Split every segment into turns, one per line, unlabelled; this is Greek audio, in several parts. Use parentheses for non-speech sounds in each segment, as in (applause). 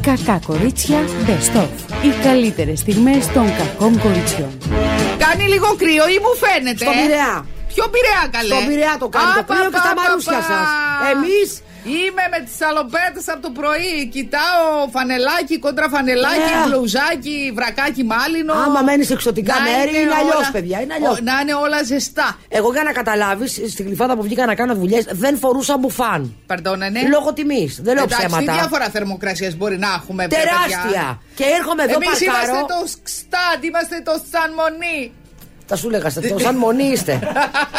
Κακά κορίτσια Best of. Οι καλύτερες στιγμές των κακών κοριτσιών.
Κάνει λίγο κρύο ή μου φαίνεται.
Στον
ε?
Πειραιά.
Ποιο πειραιά καλέ.
Στον Πειραιά το κάνει
Α,
το κρύο
πα,
και στα
πα,
μαρούσια
πα.
σας. Εμείς.
Είμαι με τις σαλοπέτες από το πρωί. Κοιτάω φανελάκι, κόντρα φανελάκι,
Ναι.
μπλουζάκι, βρακάκι μάλινο.
Άμα μένεις σε εξωτικά μέρη, είναι αλλιώ,
όλα-
παιδιά. Είναι αλλιώς.
ο- Να είναι όλα ζεστά.
Εγώ για να καταλάβεις, στην κλειφάδα που βγήκα να κάνω δουλειές, δεν φορούσα μπουφάν.
Παρντώνε, ναι.
Λόγω τιμής. Δεν λέω
Εντάξει, τι
ψέματα.
διάφορα θερμοκρασίες μπορεί να έχουμε, παιδιά.
Τεράστια. Και έρχομαι εδώ
Εμείς είμαστε
παρκάρω.
το Σκστάτ, είμαστε το Σανμονί.
Τα σου λέγα, το σαν μονή είστε.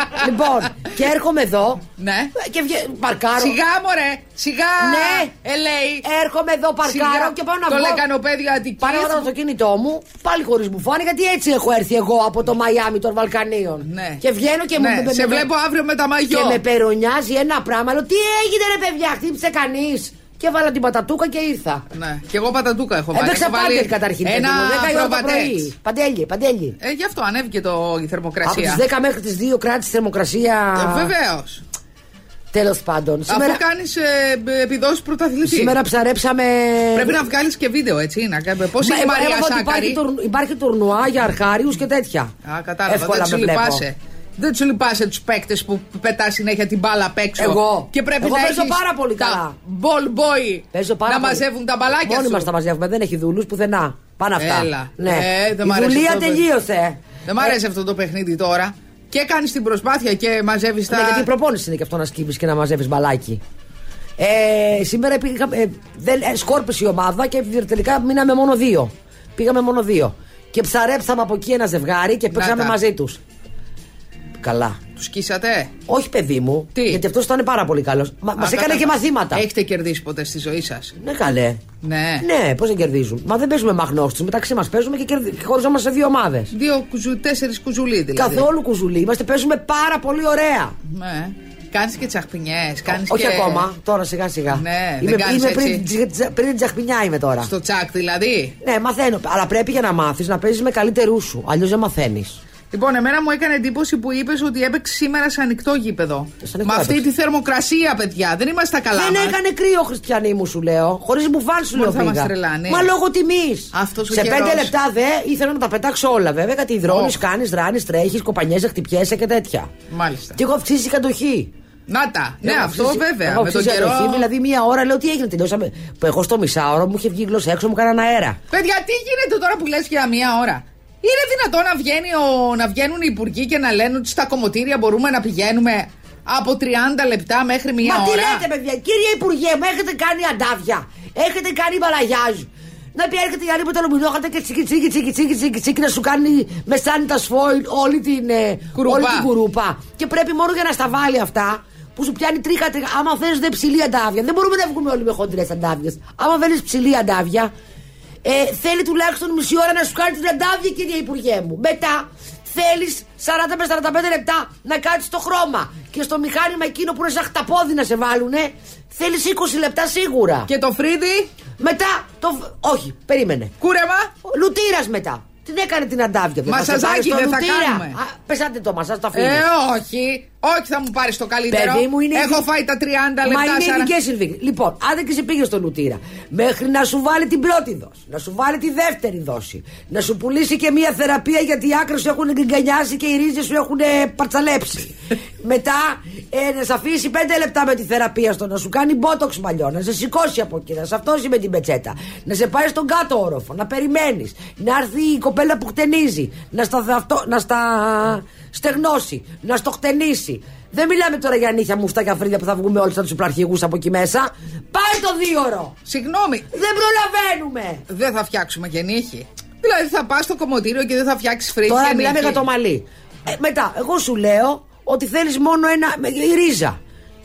(laughs)
λοιπόν, και έρχομαι εδώ.
Ναι.
Και βγε... παρκάρω.
Σιγά, μωρέ, σιγά. ε,
Ναι.
ελέη.
Έρχομαι εδώ, παρκάρω και πάω να
το
βγω.
λεκανοπέδιο Αττικής.
Πάω να βγάλω το αυτοκίνητό μου, πάλι χωρίς μπουφάν, γιατί έτσι έχω έρθει εγώ από το Μαϊάμι των Βαλκανίων.
Ναι.
Και βγαίνω και μου-
Ναι,
με-
σε
με-
βλέπω αύριο με τα μαγιό.
Και με περονιάζει ένα πράγμα. Λέω τι έγινε, ρε παιδιά, χτύπησε κανείς. Και βάλα την πατατούκα και ήρθα.
Ναι, και εγώ πατατούκα έχω βάλει.
Έπαιξα
Έχω βάλει
πάντελ καταρχήν.
Ένα προβατέξ.
πρωί. Παντέλι, παντέλι.
Ε, γι' αυτό ανέβηκε το, η
Από τις
θερμοκρασία.
10 μέχρι τις 2 κράτησε θερμοκρασία.
Βεβαίως.
Τέλος πάντων. Σήμερα,
Ε, Αφού κάνεις ε, επιδόσεις πρωταθλητή.
σήμερα ψαρέψαμε.
Πρέπει να βγάλεις και βίντεο, έτσι. Να... Πώς
Μα
είναι η
έμαθα
Μαρία
ότι
Σάκαρη.
υπάρχει, τουρν- υπάρχει τουρνουά για αρχάριους και τέτοια.
Α, κατάλαβα.
Εύκολα
Δεν τους
με βλέπω.
λυπάσαι. Δεν του λυπάσαι τους παίκτες που πετάς συνέχεια την μπάλα απ' έξω.
Εγώ.
Και πρέπει
Εγώ
να
παίζω
έχεις
πάρα πολύ
τα
καλά.
Ball boy.
Παίζω πάρα
να
πολύ.
μαζεύουν τα μπαλάκια
Μόνοι
σου.
μας τα μαζεύουμε. Δεν έχει δουλού πουθενά. Πάνε αυτά.
Έλα.
Ναι.
Ε, δεν μ'
Η
αρέσει
δουλεία
αυτό το
τελείωσε.
Δεν μ' αρέσει αυτό το παιχνίδι τώρα. Και κάνεις την προσπάθεια και μαζεύεις τα.
Ναι, γιατί η προπόνηση είναι και αυτό να σκύβεις και να μαζεύεις μπαλάκι. Ε, σήμερα πήγα, ε, δεν, ε, σκόρπισε η ομάδα και τελικά μείναμε μόνο δύο. Πήγαμε μόνο δύο. Και ψαρέψαμε από εκεί ένα ζευγάρι και παίξαμε
τα.
μαζί τους. Καλά.
Τους σκίσατε.
Όχι, παιδί μου.
Τι?
Γιατί αυτός ήταν πάρα πολύ καλός. Μα μας
Α,
έκανε και
κατάλαβα.
μαθήματα.
Έχετε κερδίσει ποτέ στη ζωή σας.
Ναι, καλέ.
Ε- Ναι.
Ναι, πώς δεν κερδίζουν. Μα δεν παίζουμε μαγνώστου. Μεταξύ μας παίζουμε και, κερδι... και χωριζόμαστε σε δύο ομάδες.
Δύο κουζου, τέσσερις κουζουλί δηλαδή.
Καθόλου κουζουλή. Είμαστε, παίζουμε πάρα πολύ ωραία.
Ναι. Κάνεις και τσαχπινιές. Κάνεις
Όχι
και...
ακόμα, τώρα σιγά σιγά.
Ναι, δεν
είμαι,
κάνεις
είμαι πριν,
έτσι.
την τζα- πριν την τσαχπινιά είμαι τώρα.
Στο τσακ δηλαδή.
Ναι, μαθαίνω. Αλλά πρέπει για να μάθεις να παίζεις με καλύτερούς σου. Αλλιώς δεν μαθαίνεις.
Λοιπόν, εμένα μου έκανε εντύπωση που είπες ότι έπαιξε σήμερα σε ανοιχτό γήπεδο.
Σε ανοιχτό
Με αυτή
έπαιξε.
τη θερμοκρασία, παιδιά. Δεν είμαστε καλά.
Δεν
μας.
έκανε κρύο, Χριστιανή μου, σου λέω. Χωρίς μπουφάν σου
Μόνο
λέω
θα μας
πήγα.
τρελάνει.
Μα λόγω τιμής.
Αυτός ο
Σε
καιρός.
πέντε λεπτά δε ήθελα να τα πετάξω όλα, βέβαια. Γιατί υδρώνεις,
Οχ.
κάνεις, ράνεις, τρέχεις, κοπανιέσαι, χτυπιέσαι και τέτοια.
Μάλιστα.
Και έχω αυξήσει η κατοχή.
Να τα. Ναι,
Έχω
αυτό
ψήσει-
βέβαια.
έχω
Με τον
ψήσει
καιρό.
αδερφή, δηλαδή μία ώρα λέω τι έγινε, τελειώσαμε. Που εγώ στο μισάωρο μου είχε βγει η γλώσσα έξω, μου κάνανε αέρα.
Παιδιά, τι γίνεται τώρα που λες για μία ώρα. Είναι δυνατόν να, βγαίνει ο, να βγαίνουν οι υπουργοί και να λένε ότι στα κομμωτήρια μπορούμε να πηγαίνουμε από 30 λεπτά μέχρι μία
Μα τι
ώρα.
λέτε, παιδιά, κύριε Υπουργέ, μου έχετε κάνει αντάβια. Έχετε κάνει μπαλαγιάζ. Να πει έρχεται η άλλη με το λουμινόχαρτο και τσίκι τσίκι τσίκι τσίκι τσίκι τσίκι να σου κάνει με σάνιτα σφόιλ όλη την, ε,
Κουρούπα.
όλη την κουρούπα. Και πρέπει μόνο για να στα βάλει αυτά που σου πιάνει τρίχα τρίχα. Άμα θέλεις δεν ψηλή αντάβια. Δεν μπορούμε να βγούμε όλοι με χοντρές αντάβιες. Άμα θέλεις ψηλή αντάβια, ε, θέλει τουλάχιστον μισή ώρα να σου κάνει την αντάβια, κύριε Υπουργέ μου. Μετά θέλεις 40 με 45 λεπτά να κάτσεις το χρώμα. Και στο μηχάνημα εκείνο που είναι σαν χταπόδι να σε βάλουνε, θέλεις 20 λεπτά σίγουρα.
Και το φρύδι,
Μετά το. β- Όχι, περίμενε.
κούρεμα.
Λουτήρας μετά. Την έκανε την αντάβια.
Μασαζάκι δεν θα κάνουμε.
Πεσάτε το μασάζ, το αφήνει.
Ε, όχι. Όχι, θα μου πάρεις το καλύτερο.
Παιδί μου είναι.
Έχω
ειδικ-
φάει τα 30
Μα
λεπτά.
είναι
σαρα-
ειδικέ συνθήκε. Λοιπόν, άντε και σε πήγε στον Λουτήρα. Μέχρι να σου βάλει την πρώτη δόση, να σου βάλει τη δεύτερη δόση, να σου πουλήσει και μία θεραπεία γιατί οι άκρες σου έχουν γκρινιάσει και οι ρίζες σου έχουν ε, παρτσαλέψει. Μετά ε, να σε αφήσει πέντε λεπτά με τη θεραπεία στο να σου κάνει μπότοξ μαλλιό, να σε σηκώσει από εκεί, να σε αυτόσει με την πετσέτα, να σε πάει στον κάτω όροφο, να περιμένεις, να έρθει η κοπέλα που χτενίζει, να στα, αυτό, να στα στεγνώσει, να στο χτενίσει. Δεν μιλάμε τώρα για νύχια μουστά και αφρίδια που θα βγούμε όλοι σαν τους υπραρχηγού από εκεί μέσα. Πάει το δίωρο!
Συγγνώμη,
Δεν προλαβαίνουμε!
δεν θα φτιάξουμε και νύχη. Δηλαδή θα πας στο κομμωτήριο και δεν θα φτιάξεις φρύδι.
Τώρα
και
μιλάμε
νύχη.
για το μαλλί. Ε, μετά, εγώ σου λέω ότι θέλεις μόνο ένα. με- Η ρίζα.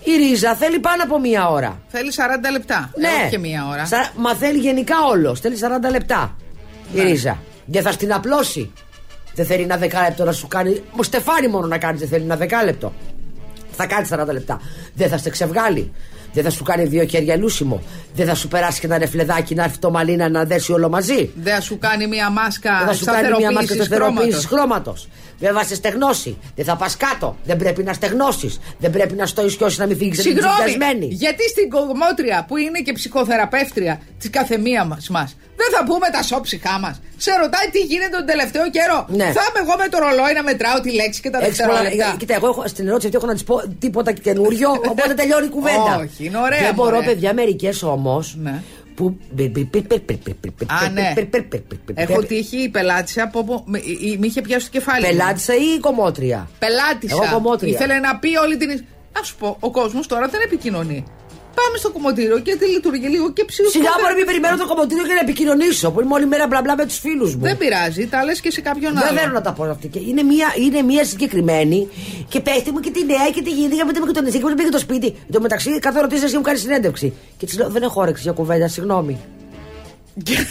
Η ρίζα θέλει πάνω από μία ώρα.
Θέλεις 40 λεπτά. Ε, όχι και μία ώρα.
Ναι. Σα- Μα θέλει γενικά όλος. Θέλει 40 λεπτά. Η
Ναι.
ρίζα. Δεν θα στην απλώσει. Δεν θέλει ένα δεκάλεπτο να σου κάνει. Μου στεφάνι μόνο να κάνει. Δεν θέλει ένα δεκάλεπτο. Θα κάνει 40 λεπτά. Δεν θα σε ξεβγάλει. Δεν θα σου κάνει δύο χέρια λούσιμο. Δεν θα σου περάσει και ένα ρεφλεδάκι να έρθει το μαλλίνα να δέσει όλο μαζί.
Δεν σου κάνει μια
Δεν
μάσκα
θα σου κάνει μια μάσκα
σταθεροποίηση χρώματος.
σταθεροποίησης χρώματος. Δεν θα σε στεγνώσει. Δεν θα πας κάτω. Δεν πρέπει να στεγνώσεις. Δεν πρέπει να στο ισκιώσει να μην φύγεις
Συγγνώμη,
ξεντιασμένη.
γιατί στην κομμότρια που είναι και ψυχοθεραπεύτρια της καθεμία μας, μας, δεν θα πούμε τα σώψυχά μας. Σε ρωτάει τι γίνεται τον τελευταίο καιρό.
Ναι.
Θα είμαι εγώ με το ρολόι να μετράω τη λέξη και τα
Έχεις πολλά-
δευτερόλεπτα.
Κοίτα, εγώ έχω, στην ερώτηση αυτή έχω να της πω τίποτα
(laughs)
καινούριο, οπότε τελειώνει η κουβέντα.
Όχι, είναι ωραία,
Δεν μπορώ,
μωρέ.
παιδιά, μερικές όμως.
Ναι.
Που...
Α, ναι. Έχω τύχει η πελάτησα από όπου. μ- η- η- Μ' είχε πιάσει το κεφάλι. μου.
Πελάτησα ή κομμότρια.
Πελάτησα.
Εγώ κομμότρια.
Ήθελε να πει όλη την. Ας σου πω, ο κόσμος τώρα δεν επικοινωνεί. Πάμε στο κομμωτήριο και τη λειτουργεί λίγο και ψυχή.
Σιγά μπορεί να μην περιμένω το κομμωτήριο για να επικοινωνήσω. Που είμαι όλη μέρα μπλα μπλα με τους φίλους μου.
Δεν πειράζει, τα λες και σε κάποιον
Δεν
άλλον.
θέλω να τα πω αυτή. Και Είναι μία, είναι μία συγκεκριμένη και πέφτει μου και τη νέα και τη γίνεται και μετά με τον Ισίκη μου πήγε το σπίτι. Εν τω μεταξύ, κάθε ρωτήση εσύ μου κάνεις συνέντευξη. Και της λέω: Δεν έχω όρεξη για κουβέντα, συγγνώμη.
Και-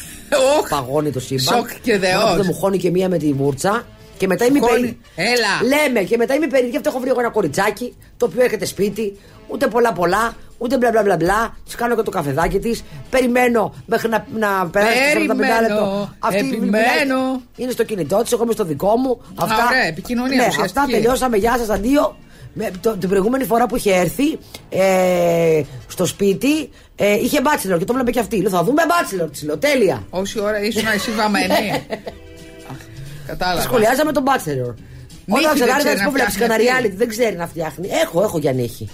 Οχ.
Παγώνει το σύμπαν.
Σοκ και δεός.
Μάθε, μου χώνει και μία με τη βούρτσα. Και μετά είμαι
Χώνει.
περί.
Έλα.
Λέμε και μετά είμαι περίεργη. Αυτό έχω βρει εγώ ένα κοριτσάκι το οποίο έρχεται σπίτι. Ούτε πολλά πολλά, ούτε μπλα μπλα μπλα. μπλα. Τη κάνω και το καφεδάκι της. Περιμένω μέχρι να, να περάσει το 45
Περιμένω,
λεπτό.
επιμένω.
είναι στο κινητό της, εγώ είμαι στο δικό μου. Αυτά.
ωραία, επικοινωνία
ναι,
ουσιαστική.
αυτά τελειώσαμε. Γεια σας, αντίο. Με, το, την προηγούμενη φορά που είχε έρθει ε, στο σπίτι ε, είχε μπάτσιλορ και το βλέπε και αυτή. Λέω, θα δούμε μπάτσιλορ. Της λέω, τέλεια.
Όση ώρα ήσουν εσύ
(laughs)
βαμμένη. Α, Κατάλαβα.
Σχολιάζαμε τον Bachelor.
Νύχη δεν
Όταν ξεγάρι θα
ξέρει
τη
να
πω βλέπει κανένα
φτιάχνει αυτή.
reality, δεν ξέρει να φτιάχνει. Έχω, έχω για νύχη.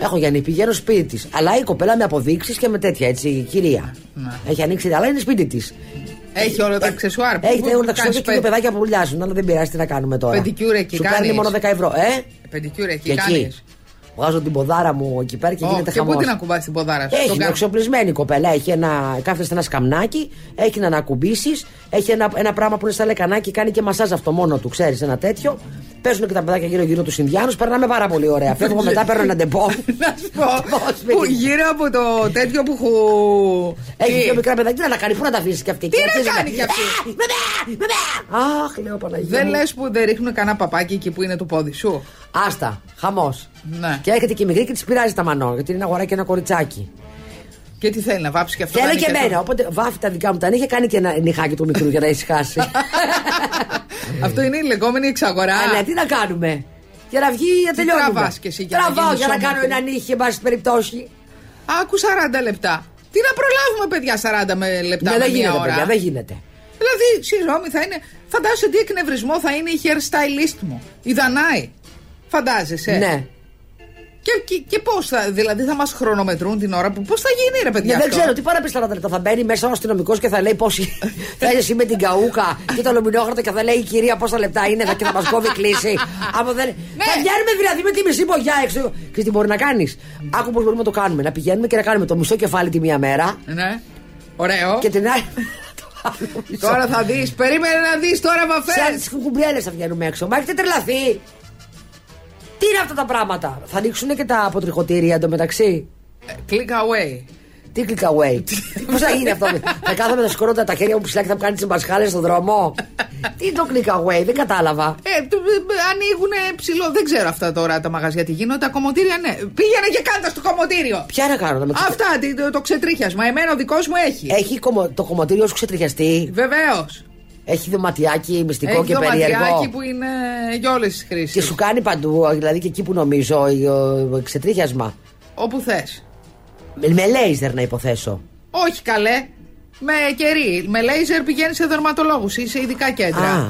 Έχω για νύχη, πηγαίνω σπίτι της. Αλλά η κοπέλα με αποδείξεις και με τέτοια έτσι, η κυρία.
Ναι.
Έχει ανοίξει, αλλά είναι σπίτι της.
Έχει όλα τα αξεσουάρ. Πού-
Έχει
πού-
όλα τα
πού κάνεις
ξεσουάρ και είναι
πε-
παιδάκια που βουλιάζουν, αλλά δεν πειράζει τι να κάνουμε τώρα.
Pedicure εκεί
Σου παίρνει
κάνεις.
μόνο 10 ευρώ, ε!
Πεντικιούρ
Και
εκεί
εκεί.
κάνεις.
Βγάζω την ποδάρα μου εκεί πέρα και γίνεται
Και πού
χαμός.
την ακουμπάς την ποδάρα σου.
Έχει,
στον
είναι
κα-
εξοπλισμένη η κοπέλα. Έχει ένα, κάθεται σε ένα σκαμνάκι, έχει να ανακουμπήσεις, έχει ένα, ένα πράγμα που είναι σαν λεκανάκι, κάνει και μασάζ αυτό μόνο του, ξέρεις, ένα τέτοιο. Παίζουν και τα παιδάκια γύρω-γύρω τους Ινδιάνους, περνάμε πάρα πολύ
(laughs)
ωραία. Φεύγω μετά, παίρνω ένα ντεμπό.
(laughs) Να σου
(laughs) Ντεμπό
πω.
σπίτι.
που γύρω από το τέτοιο που έχω.
Έχει δύο μικρά παιδάκια, τι να τα κάνει, πού να τα αφήσεις και αυτή.
Τι
Και
να
αρχίζει
κάνει κι αυτή.
«Ε, μπαμπά, μπαμπά». Αχ, λέω Παναγία.
Δεν
μου.
λες που δεν ρίχνουν κανένα παπάκι εκεί που είναι το πόδι σου.
Άστα, χαμός.
Ναι.
Και έρχεται και η μικρή και της πειράζει τα μανό, γιατί είναι αγορά και ένα κοριτσάκι.
Και τι θέλει να βάψει και αυτό.
Και
να
έλεγε και
είναι και
εμένα, οπότε βάφει τα δικά μου τα νύχια, κάνει και ένα νυχάκι του μικρού για να
(laughs)
ησυχάσει. (laughs)
το- Αυτό είναι η λεγόμενη εξαγορά.
Α, ναι, τι να κάνουμε. Για να βγει, να τελειώνουμε.
τραβάς και εσύ για να
Τραβάω
γίνεις ε.
για να
όμορφη.
κάνω ένα νύχι, εν πάση περιπτώσει.
Άκου 40 λεπτά. Τι να προλάβουμε, παιδιά, 40 με λεπτά
Ναι,
με
δεν
μία
γίνεται,
ώρα.
παιδιά, δεν γίνεται.
Δηλαδή, συγγνώμη, θα είναι. Φαντάζεσαι τι εκνευρισμό θα είναι η hair stylist μου. Η Δανάη. Φαντάζεσαι.
Ναι.
Και, και, και πώς θα. Δηλαδή, θα μας χρονομετρούν την ώρα που. Πώς θα γίνει, ρε παιδιά.
Ναι, δεν
αυτό.
ξέρω τι πάρα πεις 40 λεπτά. Θα μπαίνει μέσα ο αστυνομικός και θα λέει πόσοι.
(laughs)
θα είσαι εσύ με την καούκα και το λουμινόχαρτο και θα λέει η κυρία πόσα λεπτά είναι θα- και θα μας κόβει κλίση.
(laughs)
Άμα δεν...
Ναι.
Θα βγαίνουμε δηλαδή με τη μισή πογιά έξω. Και τι μπορεί να κάνεις. Άκου πώς μπορούμε να το κάνουμε. Να πηγαίνουμε και να κάνουμε το μισό κεφάλι τη μία μέρα
Ναι. Ωραίο.
και την άλλη.
(laughs)
(laughs) το άλλο μισό.
Τώρα θα δεις. Περίμενε να δεις τώρα,
Σαν
βαφέ.
τι κουμπριέλε θα βγαίνουμε έξω. Μα έχετε τρελαθεί. Τι είναι αυτά τα πράγματα. Θα ανοίξουν και τα αποτριχωτήρια εντωμεταξύ.
Click away.
Τι click
(laughs)
away. Πώς θα γίνει αυτό. θα κάθομαι να σκορώντα τα χέρια μου ψηλά και θα μου κάνει τις μπασχάλε στον δρόμο. Τι είναι το click away, δεν κατάλαβα.
Ε, το- ε, ανοίγουνε ψηλό. Δεν ξέρω αυτά τώρα τα μαγαζιά τι γίνονται. Τα κομμωτήρια, ναι. Πήγαινε και κάντα στο κομμωτήριο.
Ποια να κάνω να με ξε-
Αυτά τι- το, το ξετρίχιασμα. Εμένα ο δικός μου έχει.
Έχει κομμω- το κομμωτήριο σου ξετριχιαστεί.
Βεβαίως.
Έχει δωματιάκι μυστικό
Έχει
και
το ματιάκι
περίεργο.
που είναι για όλες τις
Και
χρήσει.
σου κάνει παντού, δηλαδή και εκεί που νομίζω, ε, ε, ξετρίχιασμα.
Όπου θες.
Με- Με λέιζερ να υποθέσω.
Όχι καλέ. Με κερί. Με λέιζερ πηγαίνει σε δερματολόγους ή σε ειδικά κέντρα.
Α.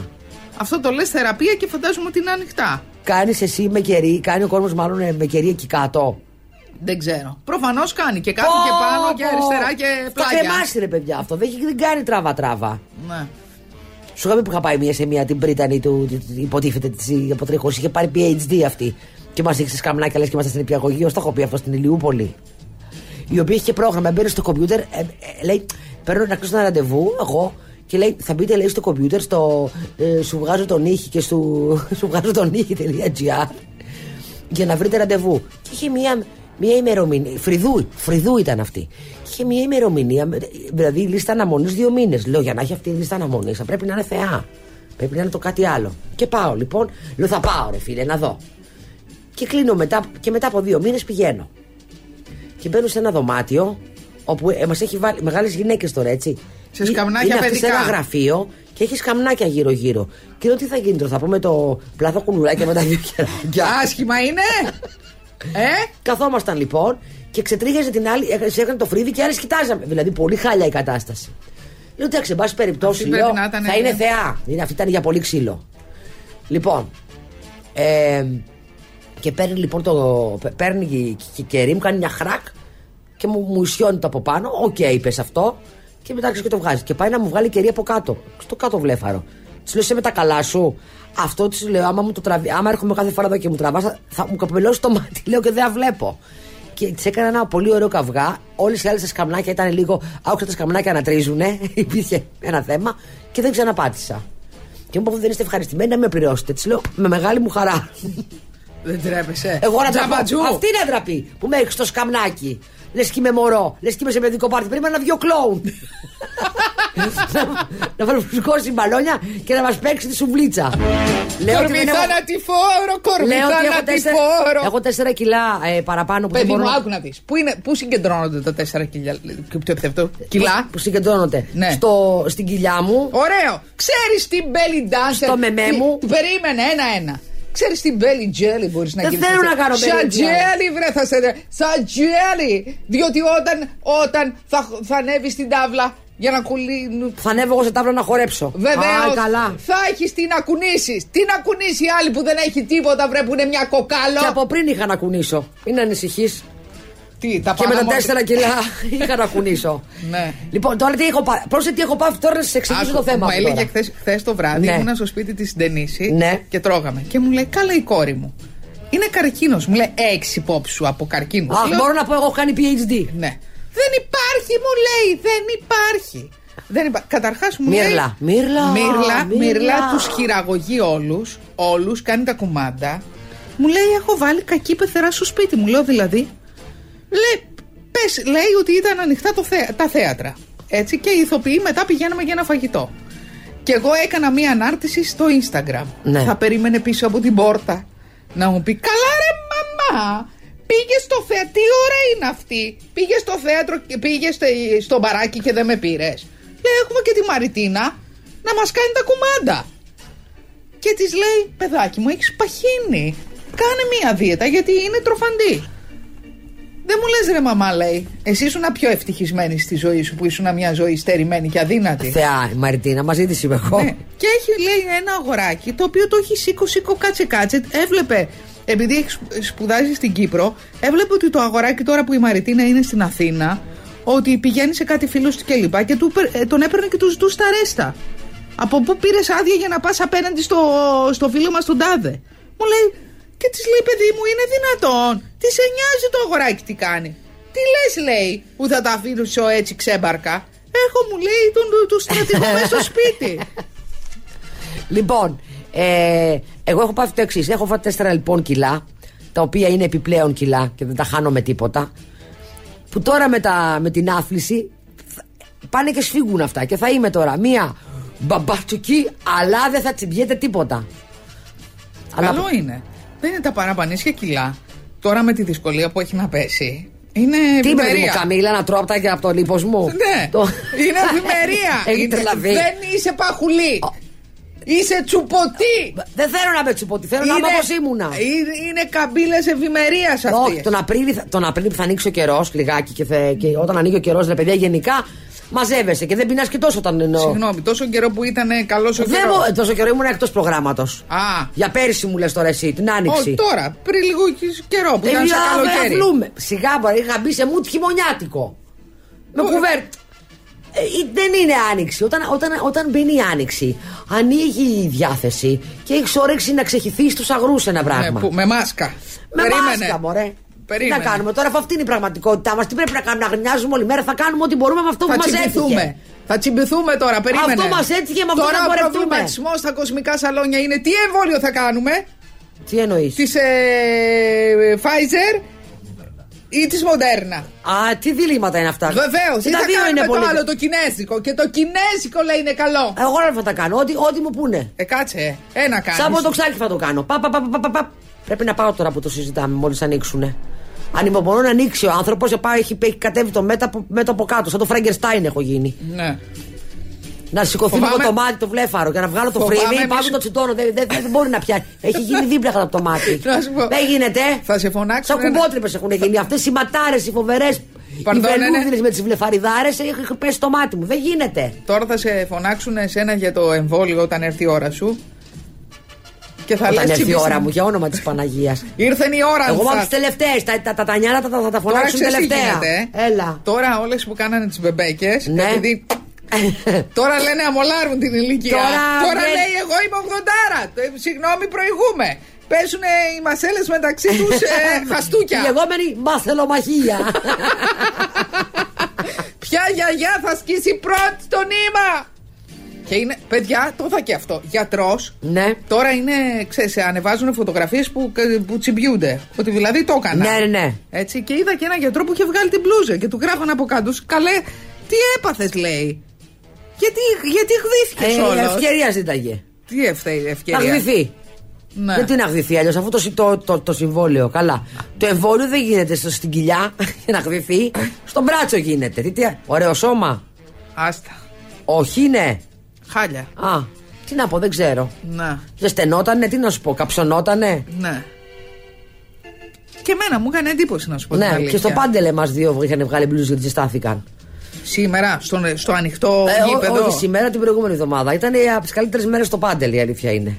Αυτό το λες θεραπεία και φαντάζομαι ότι είναι ανοιχτά.
Κάνεις εσύ με κερί, κάνει ο κόσμος μάλλον ε, με κερί εκεί κάτω.
Δεν ξέρω. Προφανώς κάνει και κάτω και πάνω και αριστερά και
πλάγια.
πλάγια.
Θα κρεμάσει ρε παιδιά αυτό. Δεν, έχει- δεν κάνει τράβα-τράβα.
Ναι.
Σου είχα πει που είχα πάει μία σε μία την Πρίτανη του, του- του- υποτίθεται της αποτρέχωση. Είχε πάρει PhD αυτή. Και μας είχε σκαμνάκια λες και είμαστε στην υπηαγωγείο. Το έχω πει αυτό στην Ηλιούπολη. Η οποία είχε και πρόγραμμα. Μπαίνει στο κομπιούτερ, ε, ε, λέει: Παίρνω να κλείσω ένα ραντεβού, εγώ. Και λέει: Θα μπείτε, λέει, στο κομπιούτερ, στο. Ε, σου βγάζω τον ήχη και σου, (laughs) σου βγάζω τον ήχη.gr για να βρείτε ραντεβού. Και είχε μία, μία ημερομηνία. Φρυδού, φρυδού ήταν αυτή. Και είχε μία ημερομηνία, με- δηλαδή λίστα αναμονής δύο μήνες. Λέω για να έχει αυτή η λίστα αναμονής, θα πρέπει να είναι θεά. Πρέπει να είναι το κάτι άλλο. Και πάω λοιπόν, λέω θα πάω ρε φίλε να δω. Και κλείνω μετά, και μετά από δύο μήνες πηγαίνω. και μπαίνουν σε ένα δωμάτιο όπου ε, μας έχει βάλει μεγάλες γυναίκες τώρα, έτσι.
Σε
Ε,
σκαμνάκια
είναι αυτές σε ένα
παιδικά.
γραφείο και έχει σκαμνάκια γύρω-γύρω. Και λέω τι θα γίνει τώρα, θα πούμε το πλάθο κουνουράκια με τα δύο κεράκια.
Άσχημα είναι! ε!
Καθόμασταν λοιπόν και ξετρίγιαζε την άλλη, έκανε- σε έκανε το φρύδι και άλλες κοιτάζαμε. Δηλαδή πολύ χάλια η κατάσταση. Λέω εντάξει, εν πάση περιπτώσει,
Αυτή πρέπει
λέω,
να ήταν,
θα
ε,
είναι
ναι.
θεά. Είναι, αυτή ήταν για πολύ ξύλο. Λοιπόν, ε, και παίρνει λοιπόν το. Παίρνει και- και- και ρίμ, κάνει μια χρακ και μου, μου ισιώνει το από πάνω. Οκ, είπες αυτό. Και μετά ξέρει και το βγάζει. Και πάει να μου βγάλει κερί από κάτω. Στο κάτω βλέφαρο. Της λέω, είσαι με τα καλά σου. Αυτό της λέω, άμα, μου το τραβή, άμα έρχομαι κάθε φορά εδώ και μου τραβάς, θα, θα μου καπελώσεις το μάτι. Λέω και δεν θα βλέπω. Και της έκανα ένα πολύ ωραίο καυγά. Όλες οι άλλες τα σκαμνάκια ήταν λίγο. Άκουσα τα σκαμνάκια να τρίζουνε. (laughs) Υπήρχε ένα θέμα. Και δεν ξαναπάτησα. Και μου είπα, δεν είστε ευχαριστημένοι να με πληρώσετε. Της λέω, με μεγάλη μου χαρά.
Δεν τρέπεσαι.
Εγώ να τραπώ.
Τζαμπατζού.
Αυτή είναι ντραπή που με έχει στο σκαμνάκι. Λες και είμαι μωρό, λες και είμαι σε παιδικό πάρτι. Πρέπει να βγει ο
(laughs)
κλόουν. να, να φαλουφουσκώσει μπαλόνια και να μας παίξει τη σουβλίτσα. Λέω ότι δεν έχω-
Κορμιθανατηφόρο,
λέω ότι έχω τέσσερα-
κορμιθανατηφόρο.
έχω τέσσερα κιλά ε, παραπάνω που δεν
Παιδί μου,
μπορώ-
άκου να δεις. Πού, είναι- πού συγκεντρώνονται τα 4 κιλιά, το επτεπτό κιλά.
που συγκεντρώνονται
Ναι.
στο, στην κοιλιά μου.
Ωραίο. Ξέρεις τι belly dancer.
Στο μεμέ
τι-
μου.
Περίμενε, ένα-ένα. Ξέρεις τι belly jelly μπορείς να
Δεν
γίνεις.
θέλω να κάνω belly
Σαν
jelly.
jelly, βρε, θα σε. Σαν jelly. Διότι όταν, όταν θα, θα ανέβεις στην τάβλα για να κουλίνουν
Θα ανέβω εγώ σε τάβλα να χορέψω. Α,
Βεβαίω.
καλά.
Θα έχεις τι να κουνήσεις. Τι να κουνήσει η άλλη που δεν έχει τίποτα, βρε που είναι μια κοκάλο.
Και από πριν είχα να κουνήσω. Μην ανησυχεί.
Τι, τα
Και με
πάνω
τα
μου-
τέσσερα κιλά (laughs) είχα να
(laughs)
κουνήσω.
Ναι.
Λοιπόν, τώρα τι έχω πάθει. Πρόσεχε τι έχω πάθει τώρα να σας εξηγήσω
Άκου,
το θέμα.
Μου
αυτό
έλεγε
τώρα.
χθες χθες το βράδυ,
Ναι.
ήμουνα στο σπίτι της Ντενίση
Ναι.
και τρώγαμε. Και μου λέει, Καλά η κόρη μου. Είναι καρκίνος. Μου λέει, Έχεις υπόψη σου από καρκίνος.
Αχ,
Λέω,
μπορώ να πω, εγώ έχω κάνει PhD.
Ναι. Δεν υπάρχει, μου λέει, δεν υπάρχει. Δεν υπά... Καταρχάς μου λέει.
Μύρλα, μύρλα,
Μύρλα,
μύρλα.
μύρλα τους χειραγωγεί όλους. Όλους, κάνει τα κουμάντα. Μου λέει: Έχω βάλει κακή πεθερά στο σπίτι. Μου λέω δηλαδή. Λέει, πες, λέει ότι ήταν ανοιχτά το θέα- τα θέατρα. Έτσι και οι ηθοποιοί μετά πηγαίναμε για ένα φαγητό. Και εγώ έκανα μία ανάρτηση στο Instagram.
Ναι.
Θα περίμενε πίσω από την πόρτα να μου πει: Καλά, ρε μαμά! Πήγες στο θέατρο, τι ώρα είναι αυτή. Πήγες στο θέατρο, και πήγες στε- στο μπαράκι και δεν με πήρες. Λέει: Έχουμε και τη Μαριτίνα να μας κάνει τα κουμάντα. Και της λέει: Παιδάκι μου, έχεις παχύνει. Κάνε μία δίαιτα γιατί είναι τροφαντή. Δεν μου λες ρε μαμά, λέει. Εσύ ήσουν πιο ευτυχισμένη στη ζωή σου που ήσουν μια ζωή στερημένη και αδύνατη.
Θεά, η Μαριτίνα, μαζί της είμαι εγώ.
Ναι. Και έχει λέει ένα αγοράκι το οποίο το έχει σήκω σήκω κάτσε κάτσε. Έβλεπε, επειδή έχεις σπου- σπουδάζει στην Κύπρο, έβλεπε ότι το αγοράκι τώρα που η Μαριτίνα είναι στην Αθήνα, ότι πηγαίνει σε κάτι φίλο του κλπ. Και, του, πε- ε, τον έπαιρνε και του ζητούσε τα ρέστα. Από πού πήρες άδεια για να πας απέναντι στο, στο φίλο μας τον Τάδε. Μου λέει, και της λέει, παιδί μου, είναι δυνατόν. Της σε νοιάζει το αγοράκι τι κάνει. Τι λες, λέει, που θα τα αφήσω έτσι ξέμπαρκα. Έχω, μου λέει, τον, τον στρατηγό μέσα στο σπίτι.
Λοιπόν, ε, εγώ έχω πάθει το εξής. Έχω φάει τέσσερα λοιπόν κιλά, τα οποία είναι επιπλέον κιλά και δεν τα χάνω με τίποτα. Που τώρα με, τα, με την άθληση θα- πάνε και σφίγγουν αυτά. Και θα είμαι τώρα μία μπαμπατσουκή, αλλά δεν θα τσιμπιέται τίποτα.
Καλό είναι. Δεν είναι τα παραπανίσια κιλά. Τώρα με τη δυσκολία που έχει να πέσει. Είναι
Τι με μου,
ευημερία.
Καμίλα, να τρώω από τα- από το λίπος μου.
Ναι,
Το-
είναι
(laughs)
ευημερία.
Έχει
Είναι-
τρελαθεί.
Δεν είσαι παχουλή. Είσαι τσουποτή.
Δεν θέλω να με τσιπώ, τι θέλω να είμαι όπως ήμουνα.
είναι, είναι καμπύλες ευημερίας
Όχι,
αυτής.
τον Απρίλιο, θα- τον Απρίλιο που θα ανοίξει ο καιρός λιγάκι και, θε- και όταν ανοίγει ο καιρός, ρε παιδιά, γενικά μαζεύεσαι και δεν πεινάς και τόσο όταν εννοώ.
Συγγνώμη, τόσο καιρό που ήταν καλός ο
Δεν
καιρός.
μπο- τόσο καιρό ήμουν εκτός προγράμματος.
Α,
Για πέρσι μου λες τώρα εσύ, την άνοιξη.
όχι τώρα, πριν λίγο καιρό που
Ε,
ήταν σε
μιλάω, δεν
καλοκαίρι. Ναι,
αθλούμε. Σιγά μπορεί, είχα μπει σε μουτ χειμωνιάτικο. Με
Ω.
κουβέρ. Ε, ε, δεν είναι άνοιξη. Όταν, όταν, όταν μπαίνει η άνοιξη, ανοίγει η διάθεση και έχεις όρεξη να ξεχυθείς στου αγρούς ένα
Ναι,
πράγμα.
που- με μάσκα.
Με
Περίμενε.
μάσκα, μωρέ.
Περίμενε.
Τι να κάνουμε τώρα, αφού αυτή είναι η πραγματικότητά μας. Τι πρέπει να κάνουμε, να γρινιάζουμε όλη μέρα. Θα κάνουμε ό,τι μπορούμε με αυτό
Θα
που μας
τσιμπηθούμε.
έτυχε.
Θα τσιμπηθούμε τώρα, περίμενε.
Αυτό μας έτυχε, με αυτό
Τώρα
θα
ο
πορευτούμε.
προβληματισμός στα κοσμικά σαλόνια είναι τι εμβόλιο θα κάνουμε,
Τι εννοείς.
της ε, Pfizer ή της Moderna.
Α, τι διλήμματα είναι αυτά.
Βεβαίως,
Και
ή
τα
θα
δύο
κάνουμε
είναι
το
πολύ.
άλλο, το κινέζικο. Και το κινέζικο λέει είναι καλό.
Εγώ όλα θα τα κάνω. Ό,τι, ό,τι μου πούνε.
Ε, κάτσε, ε, ένα
Σαν
κάνει.
ποτοξάκι θα το κάνω. Πα, πα, πα, πα, πα, πα. Πρέπει να πάω τώρα που το συζητάμε μόλις ανοίξουνε. Ανυπομονώ να ανοίξει ο άνθρωπος, έχει, έχει κατέβει το μέτωπο, μέτωπο κάτω. Σαν το Φραγκεστάιν έχω γίνει.
Ναι.
Να σηκωθεί
Φοβάμαι-
λίγο το μάτι, το βλέφαρο και να βγάλω το
Φοβάμαι
φρύδι.
εμείς-
Πάμε το τσιτώνω. Δεν, δεν, δεν μπορεί να πιάσει. Έχει γίνει δίπλα από το μάτι.
Να σου πω.
δεν γίνεται. ε.
Θα σε φωνάξουν
Σαν
ένα-
κουμπότρυπε έχουν γίνει. Αυτές οι ματάρες, οι φοβερές. Οι
Παρδόν, ναι.
βελούδινες με τις βλεφαριδάρες έχουν πέσει το μάτι μου. Δεν γίνεται.
Τώρα θα σε φωνάξουν εσένα για το εμβόλιο όταν έρθει η ώρα σου. Και θα
Όταν
λες
έρθει η
τσιμπήσαμε.
ώρα μου, για όνομα της Παναγίας.
Ήρθε η ώρα
Εγώ
θα-
είμαι από τις τελευταίες. Τα, τα, τα, τα νιάρα θα, τα- θα
Τώρα
τα φωνάξουν
ξέρεις τι
τελευταία.
γίνεται, ε.
Έλα.
Τώρα όλες που κάνανε τις μπεμπέκες.
Ναι.
Επειδή τώρα λένε αμολάρουν την ηλικία.
Τώρα δεν-
λέει εγώ είμαι 80. Ε, Συγγνώμη, προηγούμε. Παίζουν οι μασέλες μεταξύ τους
(laughs)
ε, χαστούκια.
Η λεγόμενη
(laughs)
μαθελομαχία.
Ποια γιαγιά θα σκίσει πρώτη το νήμα. Και είναι, παιδιά, το είδα και αυτό. Γιατρός.
ναι.
Τώρα είναι, ξέρεις, ανεβάζουν φωτογραφίες που, που τσιμπιούνται. Ότι δηλαδή το έκανα.
Ναι, ναι, ναι.
Έτσι, και είδα και ένα γιατρό που είχε βγάλει την μπλούζα και του γράφανε από κάτω. «Σου, Καλέ, τι έπαθες, λέει. Γιατί, γιατί γδύθηκε
Ε,
όλος.
ευκαιρία ζήταγε.
Τι ευθε-
Να
ευκαιρία.
χδυθεί.
Ναι.
Γιατί να χδυθεί αλλιώς, αφού το, συ- το, το, το συμβόλαιο. Καλά. Το εμβόλιο δεν γίνεται στο, στην κοιλιά (laughs) να χδυθεί. Στον μπράτσο γίνεται. Τι, τι, ωραίο σώμα.
Άστα.
Όχι είναι.
Χάλια.
Α, τι να πω, δεν ξέρω.
Να.
Ζεσθενότανε, τι να σου πω, καψωνότανε.
Ναι. Και εμένα μου έκανε εντύπωση να σου πω την
Ναι,
αλήθεια.
και στο πάντελε μας δύο είχαν βγάλει μπλουζ γιατί ζεστάθηκαν.
Σήμερα, στον- στο ανοιχτό
Ε, ό-
γήπεδο.
όχι σήμερα, την προηγούμενη εβδομάδα. Ήταν από τις καλύτερες μέρες στο πάντελ, η αλήθεια είναι.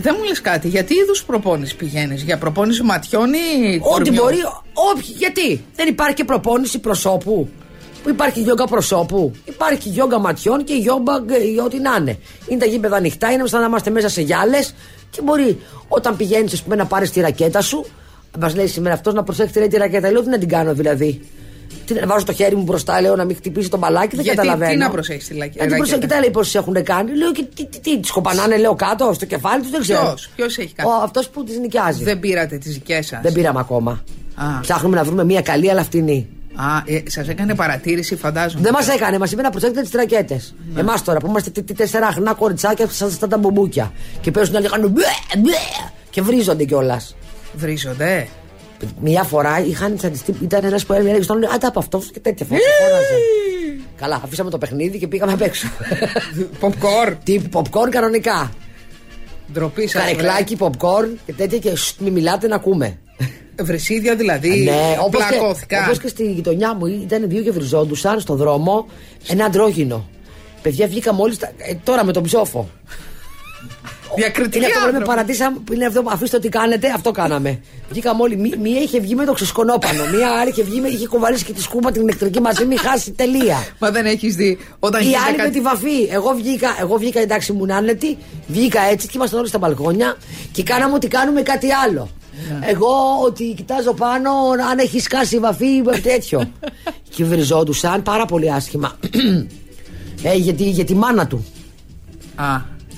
Δεν μου λες κάτι, γιατί είδους προπόνηση πηγαίνεις, Για προπόνηση ματιών ή.
Ό,τι
κορμιών?
μπορεί, όποιοι, γιατί δεν υπάρχει και προπόνηση προσώπου. Που υπάρχει γιόγκα προσώπου, υπάρχει γιόγκα ματιών και γιόγκα για ό,τι να είναι. Είναι τα γήπεδα ανοιχτά, είναι σαν να είμαστε μέσα σε γυάλες και μπορεί όταν πηγαίνεις, ας πούμε, να πάρεις τη ρακέτα σου. Μας λέει σήμερα αυτός να προσέχετε λέει, τη ρακέτα. Λέω τι να την κάνω δηλαδή. Τι να βάζω το χέρι μου μπροστά, λέω να μην χτυπήσει το μπαλάκι, δεν
Γιατί,
καταλαβαίνω. Ε,
τι να προσέχεις τη λακε-
Να την προσέχω,
ρακέτα.
κοιτά λέει πόσοι έχουν κάνει. Λέω και τι, τι, τι, τις σκοπανάνε, λέω κάτω στο κεφάλι τους, δεν ξέρω.
Ποιος, ποιος έχει κάνει.
Αυτός που τις νοικιάζει.
Δεν πήρατε τις δικές σας.
Δεν πήραμε ακόμα.
Α.
Ψάχνουμε να βρούμε μια καλή αλλά φτηνή.
Α, ε, σας έκανε παρατήρηση, φαντάζομαι.
Δεν μας έκανε, μας είπε να προσέχετε τις τρακέτες. Εμάς τώρα που είμαστε τ- τ- τέσσερα αχνά κοριτσάκια σαν σαν τα μπουμπούκια. Και παίζουν να λέγανε μπε, μπε, και βρίζονται κιόλας.
Βρίζονται.
Μια φορά είχαν τσαντιστεί, ήταν ένας που έλεγε στον άλλο, Άντε από αυτό και τέτοια φορά. Καλά, αφήσαμε το παιχνίδι και πήγαμε απ' έξω. (laughs)
Popcorn.
Τι popcorn κανονικά.
Ντροπή σας.
Καρεκλάκι, popcorn και τέτοια και «Σστ, μη μιλάτε να ακούμε.
Βρυσίδια δηλαδή.
Ναι, όπως και,
πλακώθηκα.
όπως και στη γειτονιά μου ήταν δύο και βριζόντουσαν στον δρόμο ένα αντρόγινο. Παιδιά βγήκα μόλις. τώρα με τον ψόφο.
Διακριτική
Είναι αυτό που λέμε
άνθρωποι.
παρατήσαμε. Είναι αυτό που αφήστε ότι κάνετε, αυτό κάναμε. Βγήκαμε όλοι. Μη- Μία είχε βγει με το ξεσκονόπανο. Μία άλλη είχε βγει με. είχε κουβαλήσει και τη σκούπα την ηλεκτρική μαζί. Μην χάσει τελεία.
Μα δεν έχεις δει. Όταν
Η
γίνεται
άλλη με
κάτι-
τη βαφή. Εγώ βγήκα, εγώ βγήκα εντάξει, ήμουν άνετη. Βγήκα έτσι και ήμασταν όλοι στα μπαλκόνια και κάναμε ότι κάνουμε κάτι άλλο.
Ναι.
Εγώ ότι κοιτάζω πάνω αν έχεις σκάσει η βαφή ή
(laughs)
τέτοιο. και βριζόντουσαν πάρα πολύ άσχημα. (clears throat) ε, για, τη, για τη μάνα του.
Α,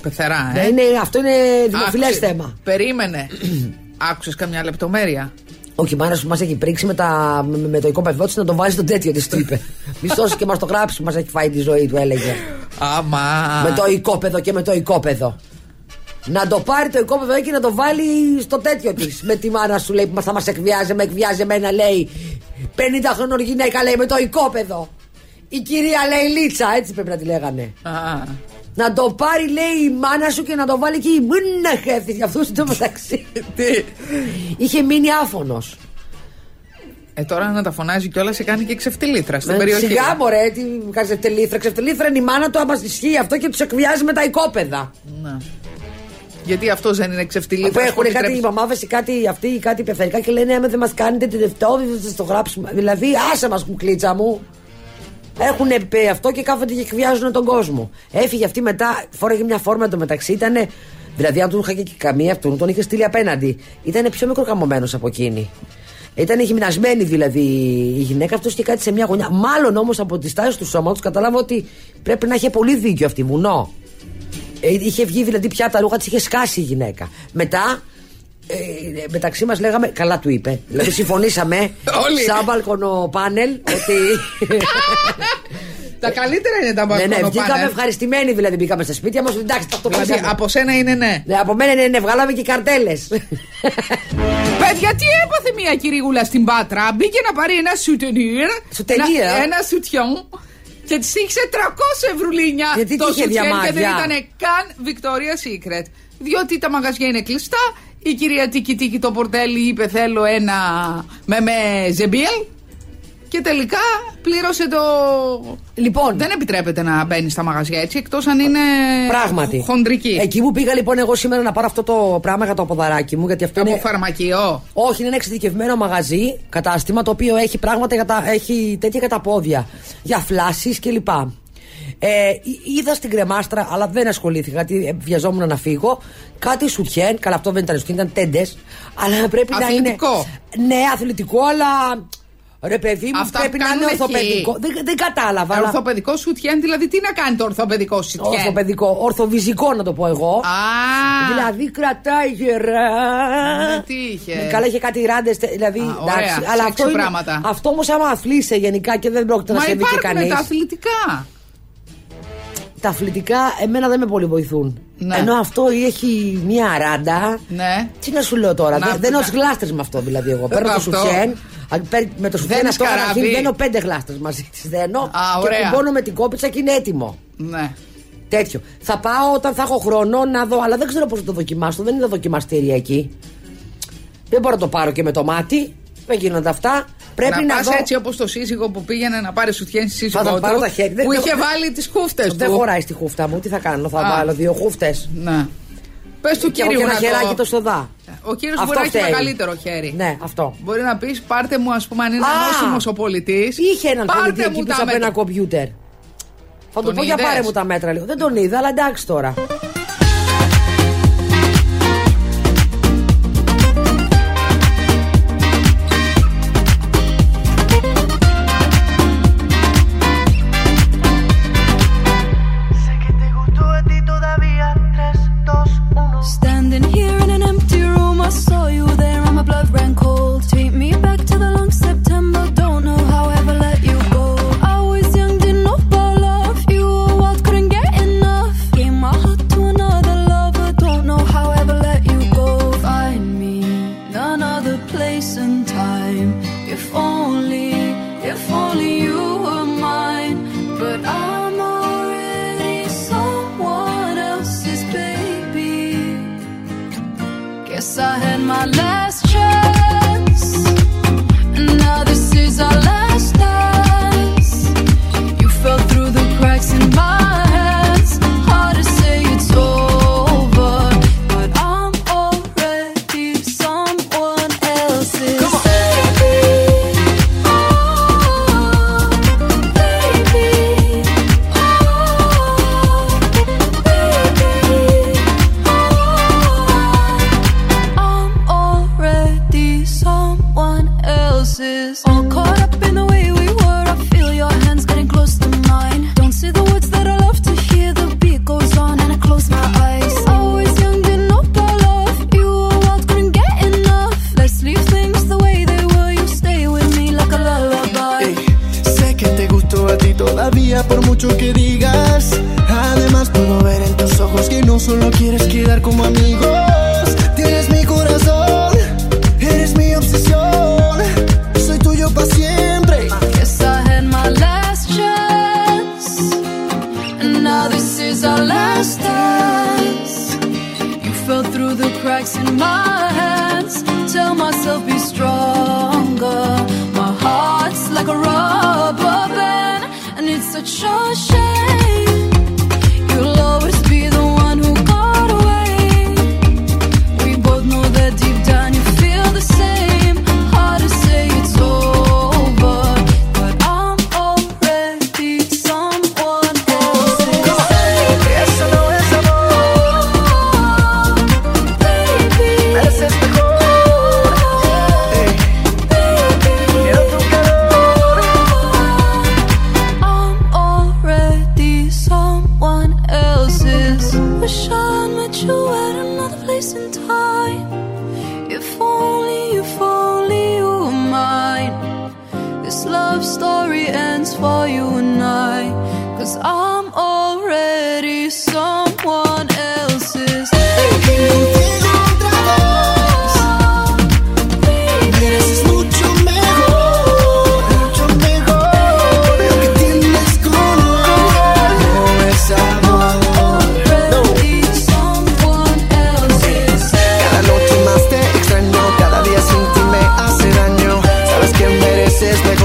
πεθερά, ε.
Ε, είναι, αυτό είναι δημοφιλές
Άκουσε-
θέμα.
Περίμενε. (clears throat) Άκουσες καμιά λεπτομέρεια.
Όχι, η μάνα σου μας έχει πρίξει με, τα, με, με το οικόπεδό της να τον βάζει τον τέτοιο της,
(laughs)
του είπε. Μη σώσεις και μας το γράψει, μας έχει φάει τη ζωή του, έλεγε.
Αμά.
Με το οικόπεδο και με το οικόπεδο. Να το πάρει το οικόπεδο εκεί να το βάλει στο τέτοιο της. με τη μάνα σου λέει που θα μας εκβιάζει, με εκβιάζει εμένα λέει. 50 χρονών γυναίκα λέει με το οικόπεδο. Η κυρία λέει Λίτσα, έτσι πρέπει να τη λέγανε.
Α,
Να το πάρει λέει η μάνα σου και να το βάλει και η μπουν να χέθει. Γι' αυτό στο μεταξύ.
τι.
Είχε μείνει άφωνος.
Ε, τώρα να τα φωνάζει κιόλας σε κάνει και ξεφτυλίτρα στην περιοχή.
Σιγά μωρέ, τι κάνει ξεφτελήθρα. Ξεφτελήθρα είναι η μάνα του, άμα ισχύει αυτό και τους εκβιάζει με τα οικόπεδα.
Ναι. Γιατί αυτό δεν είναι
Που
ξεφτυλίτρα.
έχουν κάτι οι μαμάδε ή κάτι αυτοί ή κάτι πεθαρικά και λένε Άμα δεν μας κάνετε την δευτόβη, θα σας το γράψουμε. Δηλαδή, άσε μας κουκλίτσα μου. Έχουν πει αυτό και κάθονται και εκβιάζουν τον κόσμο. Έφυγε αυτή μετά, φόραγε μια φόρμα το μεταξύ. Ήταν, δηλαδή, αν τον είχα και καμία, αυτόν τον είχε στείλει απέναντι. Ήταν πιο μικροκαμωμένος από εκείνη. Ήταν γυμνασμένη δηλαδή η γυναίκα, αυτός και κάτι σε μια γωνιά. Μάλλον όμως από τη στάση του σώματος καταλάβω ότι πρέπει να είχε πολύ δίκιο αυτή βουνό. Ε, είχε βγει δηλαδή πια τα ρούχα της, είχε σκάσει η γυναίκα. Μετά, ε, μεταξύ μας λέγαμε, καλά του είπε.
(laughs)
Δηλαδή συμφωνήσαμε
Όλοι. (laughs)
σαν μπαλκονοπάνελ ότι.
(laughs) Τα καλύτερα είναι τα
Ναι, ναι, βγήκαμε
μπαλκόνοπάνελ.
ευχαριστημένοι δηλαδή μπήκαμε στα σπίτια μας. Εντάξει, τα
Δηλαδή
αυτοπάσαμε.
από σένα είναι ναι.
Ναι, από μένα ναι, ναι, βγάλαμε και καρτέλες.
(laughs) Παιδιά, τι έπαθε μια κυρίγουλα στην Πάτρα. Μπήκε να πάρει ένα σουτενίρ.
Σουτενίρ.
Ένα, ένα σουτιόν. Και τη ήξε 300 ευρουλίνια
Γιατί
το
τι είχε
σουτιέν και δεν
διαμάδια?
ήταν καν Victoria's Secret. Διότι τα μαγαζιά είναι κλειστά. Η κυρία Τίκη Τίκη το πορτέλι είπε θέλω ένα με, με ζεμπίλ. Και τελικά πλήρωσε το.
λοιπόν,
Δεν επιτρέπεται να μπαίνει στα μαγαζιά έτσι, εκτός αν είναι.
πράγματι.
Χοντρική.
Εκεί που πήγα λοιπόν εγώ σήμερα να πάρω αυτό το πράγμα για το ποδαράκι μου, γιατί αυτό
Από
είναι.
φαρμακείο.
Όχι, είναι ένα εξειδικευμένο μαγαζί, κατάστημα το οποίο έχει πράγματα, για τα- έχει τέτοια για τα πόδια, για φλάσεις κλπ. Ε, εί- είδα στην κρεμάστρα, αλλά δεν ασχολήθηκα γιατί ε, βιαζόμουν να φύγω. Κάτι σουτιέν, καλά αυτό δεν ήταν σουτιέν, ήταν τέντες. Αλλά πρέπει
Αθλητικό.
να είναι. Ναι, αθλητικό, αλλά. Ρε παιδί μου,
Αυτά
πρέπει να είναι
κάνουν εκεί.
ορθοπαιδικό. Δεν, δεν κατάλαβα.
Ε,
αλλά-
Ορθοπαιδικό σουτιέν, δηλαδή τι να κάνει το ορθοπαιδικό σουτιέν.
Ορθοπαιδικό, ορθοβυζικό να το πω εγώ.
Α,
Δηλαδή κρατάει γερά.
Ναι, τι είχε?
Ναι, Καλά είχε κάτι ράντες. Δηλαδή,
Α, ωραία,
εντάξει, αλλά
σε
αυτό, είναι-
πράγματα.
αυτό όμως άμα αθλείσαι γενικά και δεν πρόκειται να
μα
σε δει και
υπάρχουν
κανείς.
τα αθλητικά.
Τα αθλητικά εμένα δεν με πολύ βοηθούν.
Ναι.
Ενώ αυτό έχει μια ράντα.
Ναι.
Τι να σου λέω τώρα,
Να-
δεν, δεν έχω
να-
γλάστρες με αυτό δηλαδή εγώ. Παίρνω το
Αυτό.
σουτιέν, α, παίρν- με το σουτιέν
Δένεις
αυτό καταρχήν
καράβι.
δένω πέντε γλάστρες μαζί της δένω και
ωραία.
κουμπώνω με την κόπιτσα και είναι έτοιμο.
Ναι.
Τέτοιο. Θα πάω όταν θα έχω χρόνο να δω, αλλά δεν ξέρω πώς θα το δοκιμάσω. Δεν είναι δοκιμαστήρια εκεί. Δεν μπορώ να το πάρω και με το μάτι. Δεν γίνονται αυτά. Πρέπει να,
να πας
δω.
έτσι όπως το σύζυγο που πήγαινε να πάρει σουτιέν στη σύζυγό
θα
του.
πάρω τα χέρια. Δεν-
Που
δεν-
είχε βάλει τις κούφτε του.
Δεν χωράει στη χούφτα μου. Τι θα κάνω, θα
Α.
βάλω δύο χούφτες.
Ναι. Πες του
Και έχω και
κύριου
ένα
να
χεράκι
το-
το στοδά.
Ο κύριος
Αυτό
μπορεί να έχει
φταίει.
μεγαλύτερο χέρι.
Ναι, αυτό.
Μπορεί να πεις: Πάρτε μου, ας πούμε, αν είναι
Α!
νόσημο ο πολιτής.
Είχε έναν πολιτή εκεί πίσω από
μέτρα.
ένα κομπιούτερ. Θα του
Τον
πω για
είδες?
πάρε μου τα μέτρα λίγο. Δεν τον είδα, αλλά εντάξει τώρα.
Sé que te gustó a ti todavía. 3, 2, 1.
Standing here in an empty room, I saw you there and my blood ran cold. Take me back to the long September, don't know how I ever let you go. I was young, didn't know about love. You were wild, couldn't get enough. Gave my heart to another lover, don't know how I ever let you go. Find me another place and time. If only, if only you were mine. But I'm already someone else's baby. Guess I had my last chance. And now this is our last dance. You fell through the cracks in my hands. Hard to say it's over. But I'm already someone else's baby. Oh, baby. Oh, baby. oh. I'm already someone else's. All caught up in the way we were. I feel your hands getting close to mine. Don't say the words that I love to hear. The beat goes on and I close my eyes. Always young, didn't know about love. You were wild, couldn't get enough. Let's leave things the way they were. You stay with me like a lullaby.
Sé que te gustó a ti todavía por mucho que digas. Además puedo ver en tus ojos que no solo quieres quedar como amigos. Tienes mi corazón, eres mi obsesión. Soy tuyo para siempre.
Guess I had my last chance. And now this is our last dance. You fell through the cracks in my hands. Tell myself be stronger. My heart's like a rubber band. And it's such a shame. You'll always be the one who got away.
veces me